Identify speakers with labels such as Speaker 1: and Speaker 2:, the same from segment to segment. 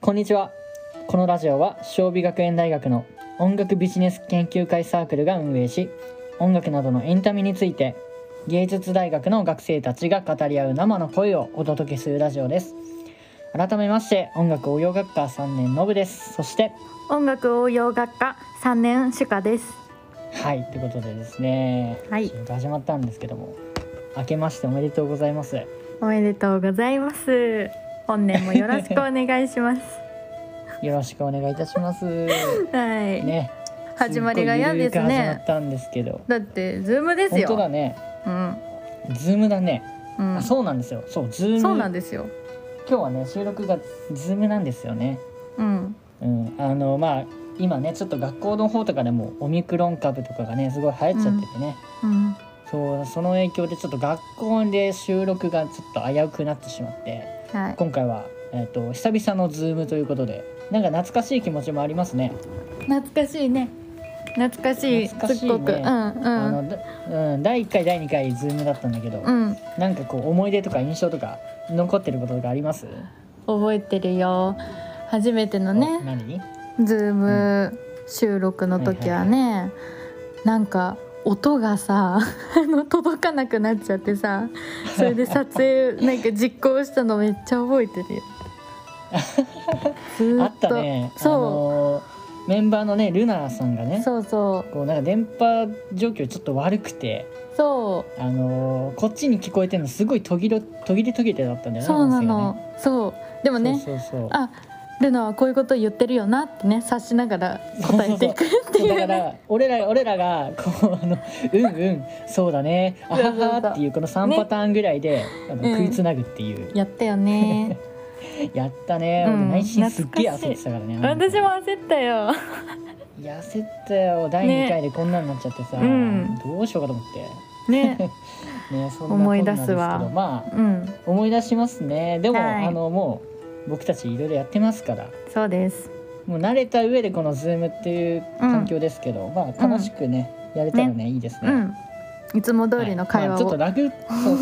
Speaker 1: こんにちはこのラジオは尚美学園大学の音楽ビジネス研究会サークルが運営し音楽などのエンタメについて芸術大学の学生たちが語り合う生の声をお届けするラジオです改めまして音楽応用学科3年のぶですそして
Speaker 2: 音楽応用学科3年主科です
Speaker 1: はいということでですね、
Speaker 2: はい
Speaker 1: 仕事始まったんですけども明けましておめでとうございます
Speaker 2: おめでとうございます本年もよろしくお願いします
Speaker 1: よろしくお願いいたします
Speaker 2: はい、
Speaker 1: ね
Speaker 2: 始まりが嫌です
Speaker 1: ごい緩く始ま
Speaker 2: ね
Speaker 1: ったんですけど
Speaker 2: だってズームです
Speaker 1: 本
Speaker 2: よ
Speaker 1: 当だね
Speaker 2: うん
Speaker 1: ズームだね、
Speaker 2: うん
Speaker 1: あそうなんですよそうズーム
Speaker 2: そうなんですよ
Speaker 1: 今日はね収録がズームなんですよね
Speaker 2: うん
Speaker 1: うんあのまあ今ねちょっと学校の方とかでもオミクロン株とかがねすごい流行っちゃっててね、
Speaker 2: うん
Speaker 1: そうその影響でちょっと学校で収録がちょっと危うくなってしまって
Speaker 2: はい
Speaker 1: 今回は、えっと久々のズームということでなんか懐かしい気持ちもありますね、
Speaker 2: 懐かしいね懐かしい
Speaker 1: 懐かしいね
Speaker 2: すっごくうんう
Speaker 1: あ
Speaker 2: ん
Speaker 1: のだうん、第1回第2回ズームだったんだけど、
Speaker 2: うん
Speaker 1: なんかこう思い出とか印象とか残ってることとかあります
Speaker 2: 覚えてるよ初めてのね
Speaker 1: お何
Speaker 2: ズーム収録の時はね、なんか音がさ あの届かなくなっちゃってさそれで撮影なんか実行したのめっちゃ覚え てるよ。ずー
Speaker 1: あ
Speaker 2: っ
Speaker 1: っ
Speaker 2: と
Speaker 1: たねあ
Speaker 2: そ
Speaker 1: のーメンバーのねルナさんが
Speaker 2: う
Speaker 1: ね
Speaker 2: そうそ
Speaker 1: こうなんか電波状況ちょっと悪くて、
Speaker 2: うそ
Speaker 1: あのーこっちに聞こえてるのすごい途切れ途切れ途切れだったんだ
Speaker 2: う
Speaker 1: よね
Speaker 2: そうな
Speaker 1: 音
Speaker 2: のそうでも
Speaker 1: 声がね
Speaker 2: ね
Speaker 1: そうそうそう
Speaker 2: あルナはこういうこと言ってるよなってね察しながら答えていくって
Speaker 1: そう
Speaker 2: い
Speaker 1: だ
Speaker 2: う
Speaker 1: か
Speaker 2: ね
Speaker 1: ら俺ら俺らがこうあの「うんうんそうだねあはは」っていうこの3パターンぐらいで、あの
Speaker 2: うん
Speaker 1: 食いつなぐっていう、
Speaker 2: やった よね
Speaker 1: やったね、
Speaker 2: うん
Speaker 1: 俺内心すっげえ
Speaker 2: 懐
Speaker 1: 焦
Speaker 2: か
Speaker 1: っ
Speaker 2: してい
Speaker 1: たからね
Speaker 2: 私も焦ったよ
Speaker 1: いや焦ったよ第2
Speaker 2: ね
Speaker 1: 回でこんなんなっちゃってさ、
Speaker 2: うん
Speaker 1: どうしようかと思って、
Speaker 2: ね
Speaker 1: ね、そんな
Speaker 2: 思い
Speaker 1: こんな
Speaker 2: 出
Speaker 1: んですすけど
Speaker 2: わ
Speaker 1: まあ
Speaker 2: うん
Speaker 1: 思い出しますねでも、
Speaker 2: はい
Speaker 1: あのもう僕たちいろいろやってますから
Speaker 2: そうです
Speaker 1: もう慣れた上でこの Zoom っていう環境ですけど、まあ楽しくね、やれたらねいいですね。
Speaker 2: うん、いつも通りの会
Speaker 1: は
Speaker 2: 話
Speaker 1: い
Speaker 2: を、
Speaker 1: まあ、ちょっとラグ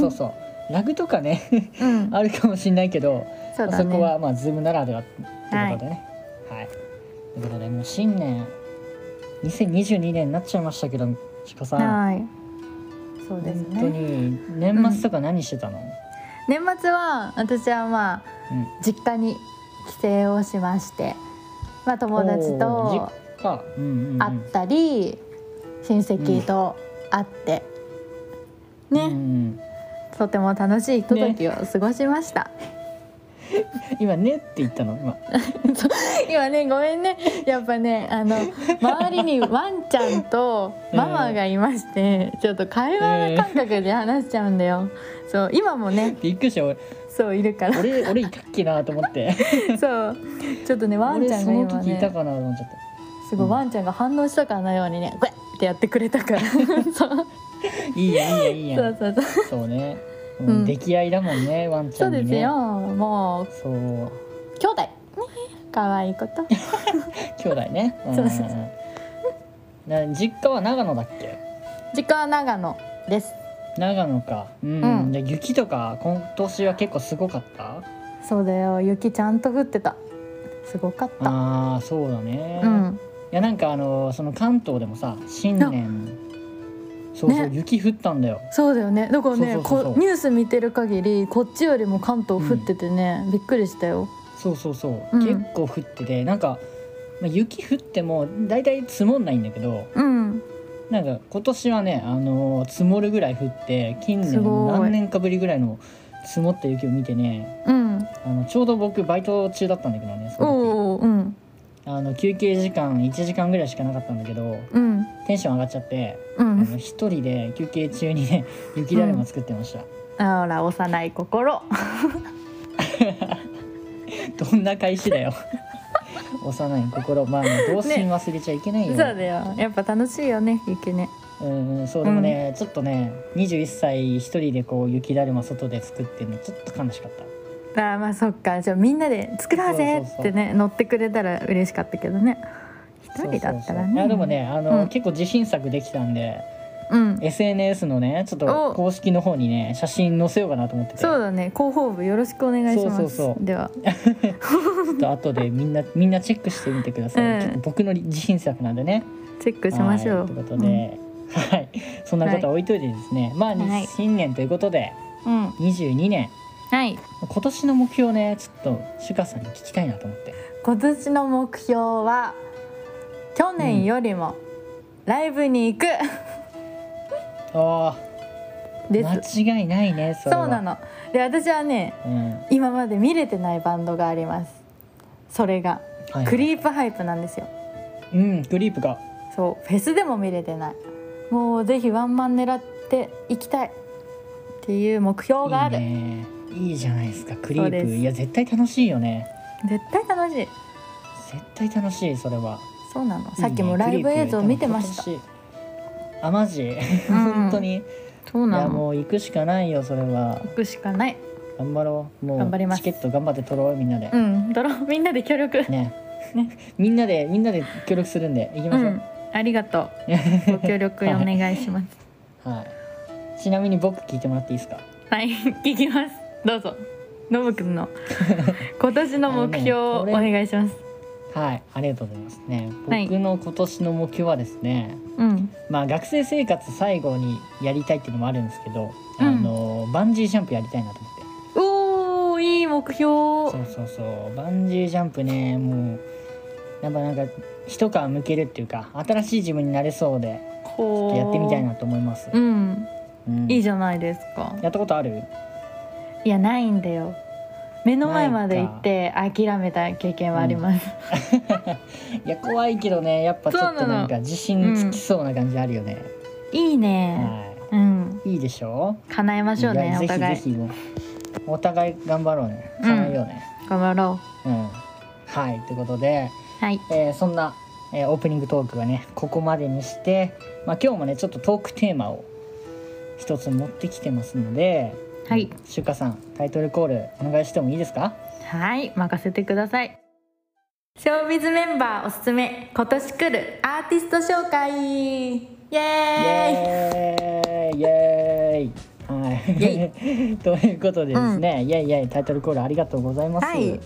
Speaker 1: そうそう そうラグとかね
Speaker 2: うん、
Speaker 1: あるかもしれないけど
Speaker 2: そ
Speaker 1: まあ
Speaker 2: うだ
Speaker 1: そこ
Speaker 2: ね
Speaker 1: はまあ Zoom ならではってことでね。はい、ということでもう新年2022年になっちゃいましたけどしこさん。
Speaker 2: はいそうです
Speaker 1: 本当
Speaker 2: ね
Speaker 1: に年末とか何してたの、
Speaker 2: 年末は私はまあ
Speaker 1: うん
Speaker 2: 実家に帰省をしまして、まあ、友達
Speaker 1: お
Speaker 2: と
Speaker 1: ー実家うんうんうん
Speaker 2: 会ったり、親戚と会って、ね、
Speaker 1: うん
Speaker 2: とても楽しいひとときを過ごしました、
Speaker 1: 今「ね」って言ったの今
Speaker 2: 今ねごめんねやっぱねあの周りにワンちゃんとママがいまして、ちょっと会話感覚で話しちゃうんだよ、そう今もね
Speaker 1: びっくりした俺
Speaker 2: そういるか ら
Speaker 1: 俺俺いたっけなと思って
Speaker 2: そうちょっとね ワン
Speaker 1: 俺
Speaker 2: ちゃん
Speaker 1: そ
Speaker 2: が
Speaker 1: の
Speaker 2: 今
Speaker 1: 時いた
Speaker 2: ね
Speaker 1: かなと思っちゃった
Speaker 2: すごいワンちゃんが反応したかのようにね「グエッ!」ってやってくれたから そうそう
Speaker 1: いいやいいやいい
Speaker 2: そ
Speaker 1: や
Speaker 2: うそう
Speaker 1: そうね、うん
Speaker 2: うん
Speaker 1: 出来合いだもんねワンち
Speaker 2: そ
Speaker 1: ゃ
Speaker 2: うん
Speaker 1: に
Speaker 2: で
Speaker 1: ね
Speaker 2: すよもう
Speaker 1: そう
Speaker 2: 兄弟可愛いこと
Speaker 1: 兄弟ねうん
Speaker 2: そうそうそ
Speaker 1: な実家は長野だっけ
Speaker 2: 実家は長野です
Speaker 1: 長野かうん、
Speaker 2: うん
Speaker 1: じゃあ雪とか今年は結構すごかった
Speaker 2: そうだよ雪ちゃんと降ってたすごかった
Speaker 1: ああそうだね
Speaker 2: うん
Speaker 1: いやなんかあのーその関東でもさ新年そうそう、
Speaker 2: ね
Speaker 1: 雪降ったんだよ
Speaker 2: そうだよねだからね
Speaker 1: そうそうそうそう
Speaker 2: こニュース見てる限りこっちよりも関東降っててね、びっくりしたよ
Speaker 1: そうそうそう、
Speaker 2: うん
Speaker 1: 結構降っててなんか、まあ、雪降っても大体積もんないんだけど
Speaker 2: うん
Speaker 1: なんか今年はねあのー積もるぐらい降って近
Speaker 2: す
Speaker 1: 年
Speaker 2: ごい
Speaker 1: 何年かぶりぐらいの積もった雪を見てね
Speaker 2: うん
Speaker 1: あのちょうど僕バイト中だったんだけどねその時
Speaker 2: おおーうん
Speaker 1: あの休憩時間1時間ぐらいしかなかったんだけど
Speaker 2: うん
Speaker 1: テンション上がっちゃって
Speaker 2: う
Speaker 1: あの
Speaker 2: ん
Speaker 1: 一人で休憩中にね雪だるま作ってました。
Speaker 2: あら幼い心
Speaker 1: どんな返しだよ幼い心まあね童心忘れちゃいけない
Speaker 2: そう
Speaker 1: よ、
Speaker 2: だよやっぱ楽しいよね雪ね
Speaker 1: うんうんそうでもね、ちょっとね21歳一人でこう雪だるま外で作ってるのちょっと悲しかった
Speaker 2: あーまあそっかじゃあみんなで作ろう
Speaker 1: そ
Speaker 2: ぜ
Speaker 1: うそうそう
Speaker 2: ってね乗ってくれたら嬉しかったけどね一人だったら
Speaker 1: そうそうそうい
Speaker 2: ね
Speaker 1: やでもねあの、
Speaker 2: うん
Speaker 1: 結構自信作できたんで
Speaker 2: うん。
Speaker 1: SNS のねちょっと
Speaker 2: お
Speaker 1: 公式の方にね写真載せようかなと思ってて
Speaker 2: そうだね。広報部よろしくお願いします。
Speaker 1: そうそうそう
Speaker 2: では。
Speaker 1: ちょっと後でみんなみんなチェックしてみてください、
Speaker 2: うん
Speaker 1: ちょっと僕の自信作なんでね
Speaker 2: チェックしまし
Speaker 1: は
Speaker 2: ょう。
Speaker 1: いということで、はいそんなことは置いといてですね、まあ、
Speaker 2: はい
Speaker 1: 新年ということで
Speaker 2: うん。うん。
Speaker 1: 22年
Speaker 2: はい。
Speaker 1: 今年の目標ねちょっとシュカさんに聞きたいなと思って
Speaker 2: 今年の目標は去年よりもライブに行く、
Speaker 1: あ
Speaker 2: で
Speaker 1: あ
Speaker 2: す。
Speaker 1: 間違いないねそれは
Speaker 2: そうなの。で私はね
Speaker 1: うん
Speaker 2: 今まで見れてないバンドがあります。それが
Speaker 1: はい
Speaker 2: クリープハイプなんですよ。
Speaker 1: うんクリープが
Speaker 2: そうフェスでも見れてない。もうぜひワンマン狙っていきたいっていう目標がある。
Speaker 1: いいねいいじゃないですかクリ
Speaker 2: そう
Speaker 1: ー
Speaker 2: で
Speaker 1: プ
Speaker 2: す
Speaker 1: いや絶対楽しいよね
Speaker 2: 絶対楽しい。
Speaker 1: 絶対楽しいそれは
Speaker 2: そうなの。
Speaker 1: いい
Speaker 2: さ
Speaker 1: ね
Speaker 2: っきもライブ映像見てました。
Speaker 1: クリープ多分今年あマジ、
Speaker 2: うん
Speaker 1: 本当にい
Speaker 2: そう
Speaker 1: やもう行くしかないよそれは
Speaker 2: 行くしかない。
Speaker 1: 頑張ろうもう
Speaker 2: 頑張ります
Speaker 1: チケット頑張って取ろうみんなで、
Speaker 2: うん。ドローみんなで協力。
Speaker 1: ね
Speaker 2: ね
Speaker 1: みんなでみんなで協力するんで行き
Speaker 2: う
Speaker 1: ましょ
Speaker 2: ん
Speaker 1: う、。
Speaker 2: ありがとう。ご協力お願い します。
Speaker 1: はいちなみに僕聞いてもらっていいですか
Speaker 2: はい、聞きます。どうぞ。ノブ くんの今年の目標をお願いします。
Speaker 1: はいありがとうございますね
Speaker 2: はい
Speaker 1: 僕の今年の目標はですね、
Speaker 2: うん。
Speaker 1: まあ学生生活最後にやりたいっていうのもあるんですけど、
Speaker 2: うん
Speaker 1: あのバンジージャンプやりたいなと思って
Speaker 2: おお、いい目標。
Speaker 1: そうそうそうバンジージャンプねもうやっぱなんか一皮むけるっていうか新しい自分になれそうでちょっ
Speaker 2: ほ
Speaker 1: とやってみたいな。と思います、
Speaker 2: うん。
Speaker 1: うん
Speaker 2: いいじゃないですか。
Speaker 1: やったことある
Speaker 2: いや、ないんだよ。目の前まで行って諦めた経験はあります。
Speaker 1: いや怖いけどねやっぱちょっとなんか自信つきそうな感じあるよね、
Speaker 2: いいね。
Speaker 1: は
Speaker 2: うん。
Speaker 1: いいいでしょ
Speaker 2: 叶えましょう
Speaker 1: いや、
Speaker 2: ねお
Speaker 1: ぜひ
Speaker 2: 互い
Speaker 1: ぜ。ひもうお互い頑張ろうね
Speaker 2: うん
Speaker 1: 叶えようね
Speaker 2: 頑張ろ
Speaker 1: うん、はいということで
Speaker 2: う。はい。
Speaker 1: えーそんな、えーオープニングトークがねここまでにして、まあ、今日もねちょっとトークテーマを一つ持ってきてますので、
Speaker 2: はい、
Speaker 1: しゅうかさんタイトルコールお願いしてもいいですか
Speaker 2: はい、任せてください。ショービズメンバーおすすめ今年来るアーティスト紹介イ
Speaker 1: イ
Speaker 2: エーイ
Speaker 1: エーイイエーイはい
Speaker 2: イ
Speaker 1: ということでですね、イエイイエイタイトルコールありがとうございます。
Speaker 2: はい、い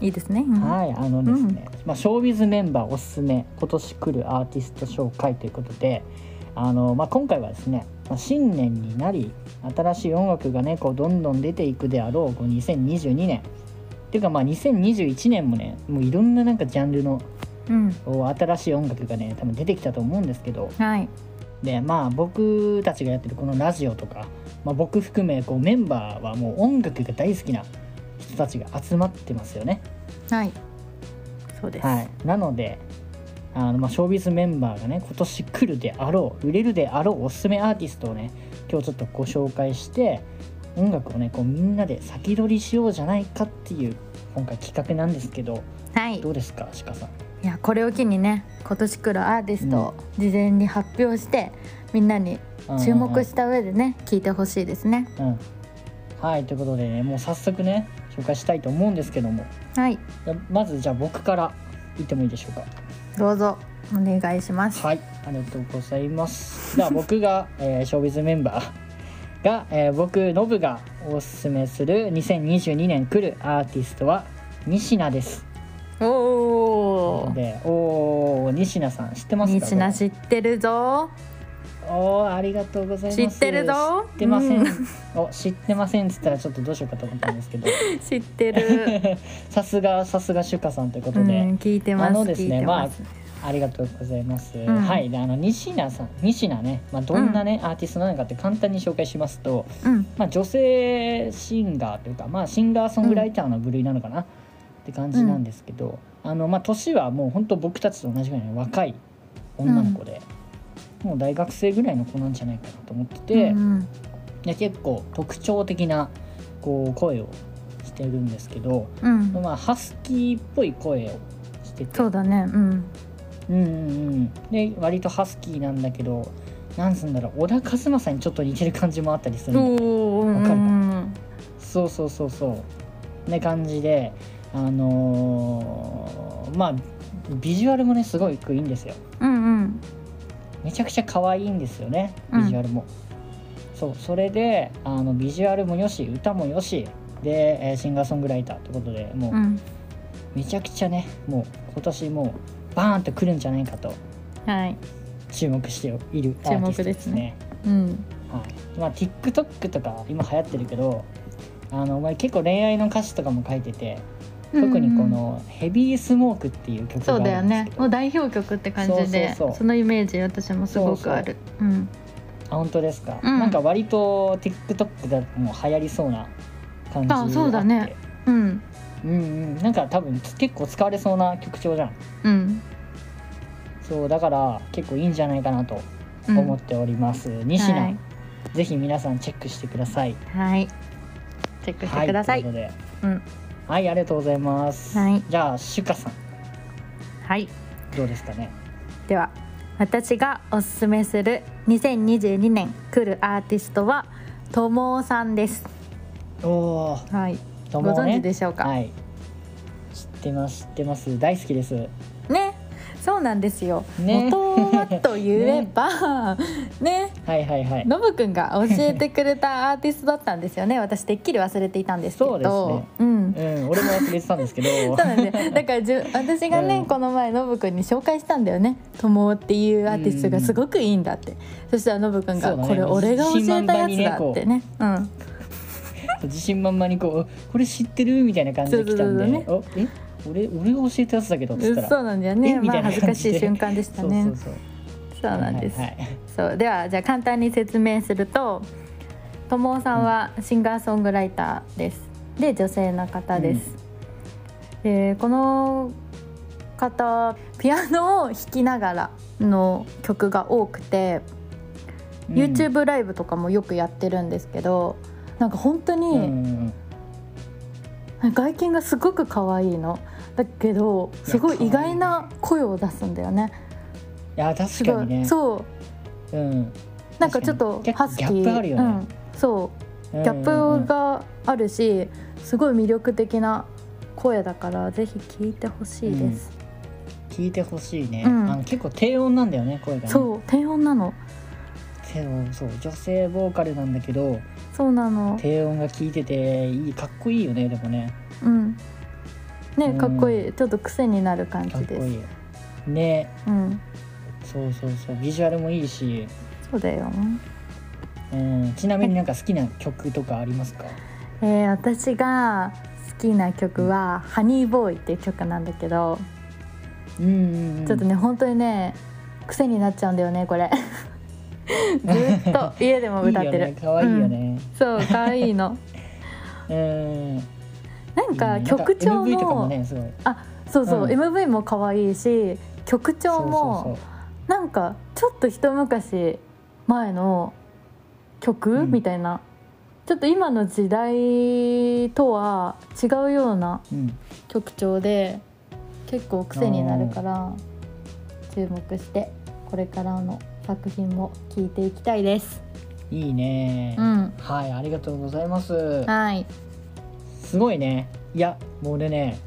Speaker 2: いですね。
Speaker 1: はいあのですね、まあ、ショービズメンバーおすすめ今年来るアーティスト紹介ということであの、まあ、今回はですね、まあ、新年になり新しい音楽がねこうどんどん出ていくであろうこう2022年っていうかまあ2021年もねもういろんななんかジャンルの
Speaker 2: うん、
Speaker 1: こう新しい音楽がね多分出てきたと思うんですけど
Speaker 2: はい、
Speaker 1: でまあ僕たちがやってるこのラジオとか、まあ、僕含めこうメンバーはもう音楽が大好きな人たちが集まってますよね。
Speaker 2: はい。そうです。
Speaker 1: はい、なのであの、まあ、ショービズメンバーがね今年来るであろう売れるであろうおすすめアーティストをね今日ちょっとご紹介して音楽をねこうみんなで先取りしようじゃないかっていう今回企画なんですけど
Speaker 2: はい、い
Speaker 1: どうですか鹿さん
Speaker 2: や、これを機にね、今年来るアーティストを事前に発表して。みんなに
Speaker 1: うん
Speaker 2: 注目した上でね、聞いてほしいですね。
Speaker 1: うんうんはいということでねもう早速ね紹介したいと思うんですけども
Speaker 2: はい、
Speaker 1: じゃまずじゃあ僕から言ってもいいでしょうか
Speaker 2: どうぞお願いします。
Speaker 1: はい、ありがとうございます。 では僕が、えー、ショービズメンバーが、えー僕ノブがおすすめする2022年来るアーティストは西名です。
Speaker 2: おお。
Speaker 1: で、おお西名さん知ってますか？
Speaker 2: 西名知ってるぞ。
Speaker 1: おーありがとうございます。
Speaker 2: 知ってるぞ
Speaker 1: 知ってません。
Speaker 2: う
Speaker 1: お知ってませんっつったらちょっとどうしようかと思ったんですけど、
Speaker 2: 知ってる。
Speaker 1: さすがさすがシュカさんということ
Speaker 2: う
Speaker 1: で。
Speaker 2: ん、聞いてま
Speaker 1: あ
Speaker 2: す。
Speaker 1: のですね
Speaker 2: 聞いてます。
Speaker 1: ありがとうございます。
Speaker 2: ん
Speaker 1: はい、であの西名さん、西名ね、まあどんなね、アーティストなのかって簡単に紹介しますと、
Speaker 2: うん、
Speaker 1: まあ、女性シンガーというか、まあ、シンガーソングライターの部類なのかな、って感じなんですけど、あのまあ、年はもう本当僕たちと同じぐらいの若い女の子で、もう大学生ぐらいの子なんじゃないかなと思ってて、
Speaker 2: うん
Speaker 1: で結構特徴的なこう声をしてるんですけど、
Speaker 2: うん、
Speaker 1: まあ、ハスキーっぽい声をしてて
Speaker 2: そうだね、うん、
Speaker 1: うんうんうん、で割とハスキーなんだけどなんすんだろう小田和正にちょっと似てる感じもあったりするの
Speaker 2: おお、うん
Speaker 1: わかる
Speaker 2: うん、
Speaker 1: そうそうそうそうね感じであのーまあビジュアルもねすごくいいんですよ
Speaker 2: うん、うん、
Speaker 1: めちゃくちゃ可愛いんですよねビジュアルも、そうそれであのビジュアルもよし歌もよしで、えーシンガーソングライターってことでもう、
Speaker 2: うん
Speaker 1: めちゃくちゃねもう今年もうバーンと来るんじゃないかと
Speaker 2: はい
Speaker 1: 注目しているアーティストですね。
Speaker 2: うん
Speaker 1: はいまあ、TikTok とか今流行ってるけどあの、まあ、結構恋愛の歌詞とかも書いてて特にこの「ヘビースモーク」っていう曲が
Speaker 2: そ
Speaker 1: あ
Speaker 2: うだ
Speaker 1: る
Speaker 2: よ
Speaker 1: んです
Speaker 2: ね
Speaker 1: けど、
Speaker 2: もう代表曲って感じで
Speaker 1: そうそうそう
Speaker 2: のイメージ私もすごくあるうん
Speaker 1: あ本当ですか、
Speaker 2: うん
Speaker 1: なんか割と TikTok でもう流行りそうな感じ
Speaker 2: あそうだね
Speaker 1: あ
Speaker 2: うん
Speaker 1: ってうんうんなんか多分結構使われそうな曲調じゃん
Speaker 2: うん
Speaker 1: そうだから結構いいんじゃないかなと
Speaker 2: うん
Speaker 1: 思っております、西
Speaker 2: は
Speaker 1: 南
Speaker 2: い
Speaker 1: ぜひ皆さんチェックしてください
Speaker 2: はいチェックしてください
Speaker 1: はということで、
Speaker 2: うん
Speaker 1: はいありがとうございます、
Speaker 2: はい
Speaker 1: じゃあシュカさん
Speaker 2: はい
Speaker 1: どうですかね
Speaker 2: では私がおすすめする2022年来るアーティストはともおさんです
Speaker 1: おおー
Speaker 2: はい
Speaker 1: と
Speaker 2: ご
Speaker 1: も
Speaker 2: 存
Speaker 1: ね
Speaker 2: 知でしょうか、
Speaker 1: はい知ってます知ってます大好きです
Speaker 2: ねそうなんですよ、
Speaker 1: ね
Speaker 2: 元はと言え ばね
Speaker 1: はいはいはい
Speaker 2: ノブくんが教えてくれたアーティストだったんですよね私てっきり忘れていたんですけど
Speaker 1: そうですね
Speaker 2: うん
Speaker 1: うん俺も忘れてたんですけど
Speaker 2: そうなんでだからじゅ 私がね、
Speaker 1: うん
Speaker 2: この前ノブくんに紹介したんだよね「とも」っていうアーティストがすごくいいんだって、そしたらノブくん
Speaker 1: そ
Speaker 2: が、
Speaker 1: うだね
Speaker 2: これ俺が教えたやつ
Speaker 1: 自信
Speaker 2: だ」
Speaker 1: 満々にね
Speaker 2: ってねうん
Speaker 1: 自信満々にこう「これ知ってる?」みたいな感じで来たんで「
Speaker 2: そ
Speaker 1: おえ俺俺が教えたやつだけど」っつったら
Speaker 2: そうなんだよね
Speaker 1: えみ
Speaker 2: ま
Speaker 1: た
Speaker 2: あ
Speaker 1: いな
Speaker 2: 恥ずかしい瞬間でした
Speaker 1: そ
Speaker 2: ねそうう
Speaker 1: そうそう
Speaker 2: なんです、
Speaker 1: はいはい
Speaker 2: そうではじゃあ簡単に説明するとともおさんはシンガーソングライターですで女性の方です、でこの方ピアノを弾きながらの曲が多くて、
Speaker 1: うん
Speaker 2: YouTube ライブとかもよくやってるんですけどなんか本当
Speaker 1: うんう
Speaker 2: に
Speaker 1: んうん
Speaker 2: 外見がすごく可愛いのだけどすごい意外な声を出すんだよね
Speaker 1: いや確かにね
Speaker 2: そう
Speaker 1: う、ん、
Speaker 2: なんかちょっと
Speaker 1: 確か
Speaker 2: ハ
Speaker 1: にギ
Speaker 2: スキ
Speaker 1: ャ
Speaker 2: ー
Speaker 1: ギャップあるよね
Speaker 2: うん、そう
Speaker 1: うん
Speaker 2: ギャップがあるし、すごい魅力的な声だからぜひ聞いてほしいです、
Speaker 1: 聞いてほしいね、
Speaker 2: うん
Speaker 1: あの結構低音なんだよね声がね
Speaker 2: そう低音なの
Speaker 1: 低音そう女性ボーカルなんだけど
Speaker 2: そうなの
Speaker 1: 低音が効いてていいかっこいいよねでもね
Speaker 2: うん
Speaker 1: う
Speaker 2: ね
Speaker 1: ん
Speaker 2: かっこいい、ちょっと癖になる感
Speaker 1: かっ
Speaker 2: じ
Speaker 1: こ
Speaker 2: です
Speaker 1: いいね
Speaker 2: うん
Speaker 1: そうそうそうビジュアルもいいし、
Speaker 2: そうだよ
Speaker 1: うん、ちなみになんか好きな曲とかありますか
Speaker 2: えー、私が好きな曲は「ハニーボーイ」っていう曲なんだけど、
Speaker 1: うんうん、うん、
Speaker 2: ちょっとね本当にね癖になっちゃうんだよねこれ ずっと家でも歌ってる
Speaker 1: いいよね可愛いよね、
Speaker 2: そう可愛いの
Speaker 1: うん、
Speaker 2: なん
Speaker 1: い
Speaker 2: か
Speaker 1: いね
Speaker 2: 曲調
Speaker 1: MV とかも
Speaker 2: も
Speaker 1: ねすごい
Speaker 2: そうそう、
Speaker 1: うん
Speaker 2: MV も可愛いし曲調
Speaker 1: そう
Speaker 2: も
Speaker 1: そう
Speaker 2: なんかちょっと一昔前の曲、
Speaker 1: うん
Speaker 2: みたいなちょっと今の時代とは違うような
Speaker 1: そう、うん、
Speaker 2: 曲調で結構癖になるから注目してこれからの作品も聴いていきたいです。
Speaker 1: いいね、
Speaker 2: うん、
Speaker 1: はいありがとうございます
Speaker 2: はい、
Speaker 1: すごいねいやもう俺ね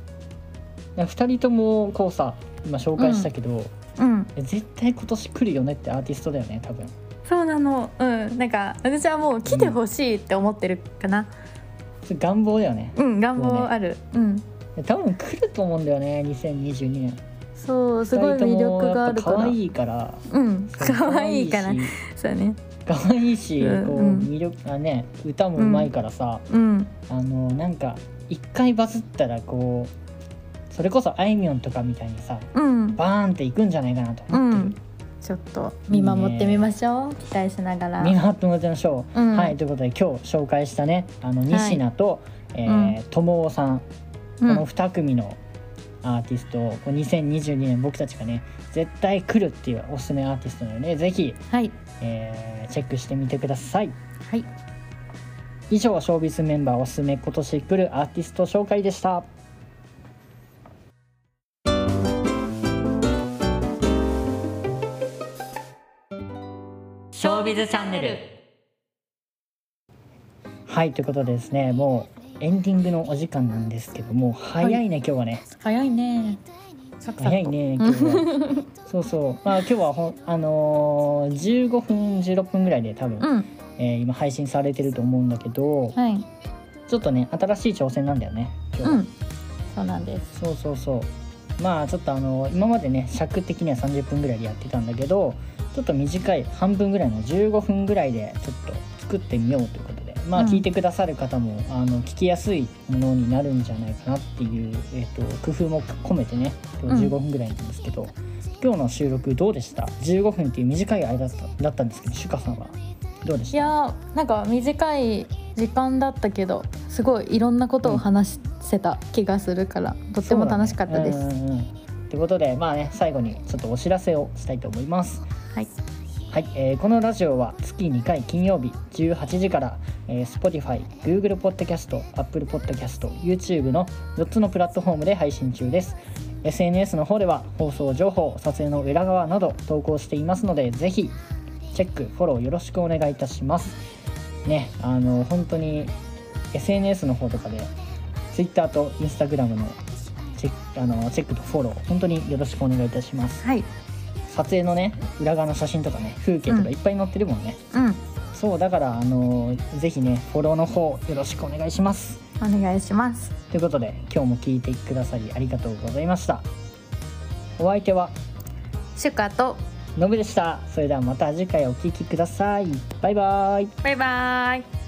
Speaker 1: 2人ともこうさ今紹介したけど、
Speaker 2: うん、
Speaker 1: 絶対今年来るよねってアーティストだよね多分
Speaker 2: そうなの、うん、なんか私はもう来てほしいって思ってるかな。
Speaker 1: それ願望だよね
Speaker 2: うん、願望ある。うん。
Speaker 1: 多分来ると思うんだよね2022年
Speaker 2: そうすごい魅力があるから
Speaker 1: 二人ともやっぱ可愛いから
Speaker 2: うん
Speaker 1: そう
Speaker 2: 可愛いから
Speaker 1: 可愛いし
Speaker 2: そうね
Speaker 1: 可愛いし、
Speaker 2: うん
Speaker 1: こう
Speaker 2: うん
Speaker 1: 魅力あね歌もうまいからさ、
Speaker 2: うん
Speaker 1: あのなんか一回バズったらこうそれこそあいみょんとかみたいにさ
Speaker 2: うん
Speaker 1: バーンっていくんじゃないかなと
Speaker 2: う
Speaker 1: 思ってる、
Speaker 2: んちょっと見守ってみましょう期待しながら
Speaker 1: 見張ってもらってみましょう
Speaker 2: うん
Speaker 1: はい、ということで今日紹介したねあの西名と、え
Speaker 2: う
Speaker 1: ー、友尾さん、
Speaker 2: う
Speaker 1: こ
Speaker 2: ん
Speaker 1: の2組のアーティストをこう2022年僕たちがね絶対来るっていうおすすめアーティストなのでぜひ、
Speaker 2: はい
Speaker 1: えーチェックしてみてください
Speaker 2: はい
Speaker 1: 以上ショービズメンバーおすすめ今年来るアーティスト紹介でした
Speaker 2: ショービズチャンネル
Speaker 1: はいということでですねもうエンディングのお時間なんですけども早いね、今日はね
Speaker 2: 早いねサクサク
Speaker 1: 早いね今日は。 そうそうまあ今日はほんあのー、15分16分ぐらいで多分、
Speaker 2: うん
Speaker 1: えー今配信されてると思うんだけど
Speaker 2: はい
Speaker 1: ちょっとね新しい挑戦なんだよね今日は
Speaker 2: うんそうなんです
Speaker 1: そうそうそうまあちょっとあの今までね尺的には30分ぐらいでやってたんだけどちょっと短い半分ぐらいの15分ぐらいでちょっと作ってみようということでまあ
Speaker 2: うん
Speaker 1: 聞いてくださる方も、あの聞きやすいものになるんじゃないかなっていう、えっと工夫も込めてね今日15分ぐらいなんですけど、今日の収録どうでした15分っていう短い間だっただったんですけどシュカさんはどうでし
Speaker 2: い
Speaker 1: た
Speaker 2: やーなんか短い時間だったけどすごいいろんなことを話せた気がするから、とっても楽しかったです、
Speaker 1: そうだねうんうんうんということでまあね最後にちょっとお知らせをしたいと思います。
Speaker 2: はい、
Speaker 1: はい、えーこのラジオは月2回金曜日18時から、えー Spotify、Google Podcast、Apple Podcast、YouTube の4つのプラットフォームで配信中です。SNS の方では放送情報、撮影の裏側など投稿していますので、ぜひチェック、フォローよろしくお願いいたします。ね、あの、本当に SNS の方とかで Twitter と Instagram のチェックあのチェックとフォロー、本当によろしくお願いいたします。
Speaker 2: はい
Speaker 1: 撮影のね裏側の写真とかね風景とかいっぱい載ってるもんね、
Speaker 2: う
Speaker 1: そうだからあのーぜひねフォローの方よろしくお願いします
Speaker 2: んお願いします
Speaker 1: ということで今日も聞いてくださりありがとうございましたお相手は
Speaker 2: シュカと
Speaker 1: のぶでしたそれではまた次回お聴きくださいバイバイ
Speaker 2: バイバイ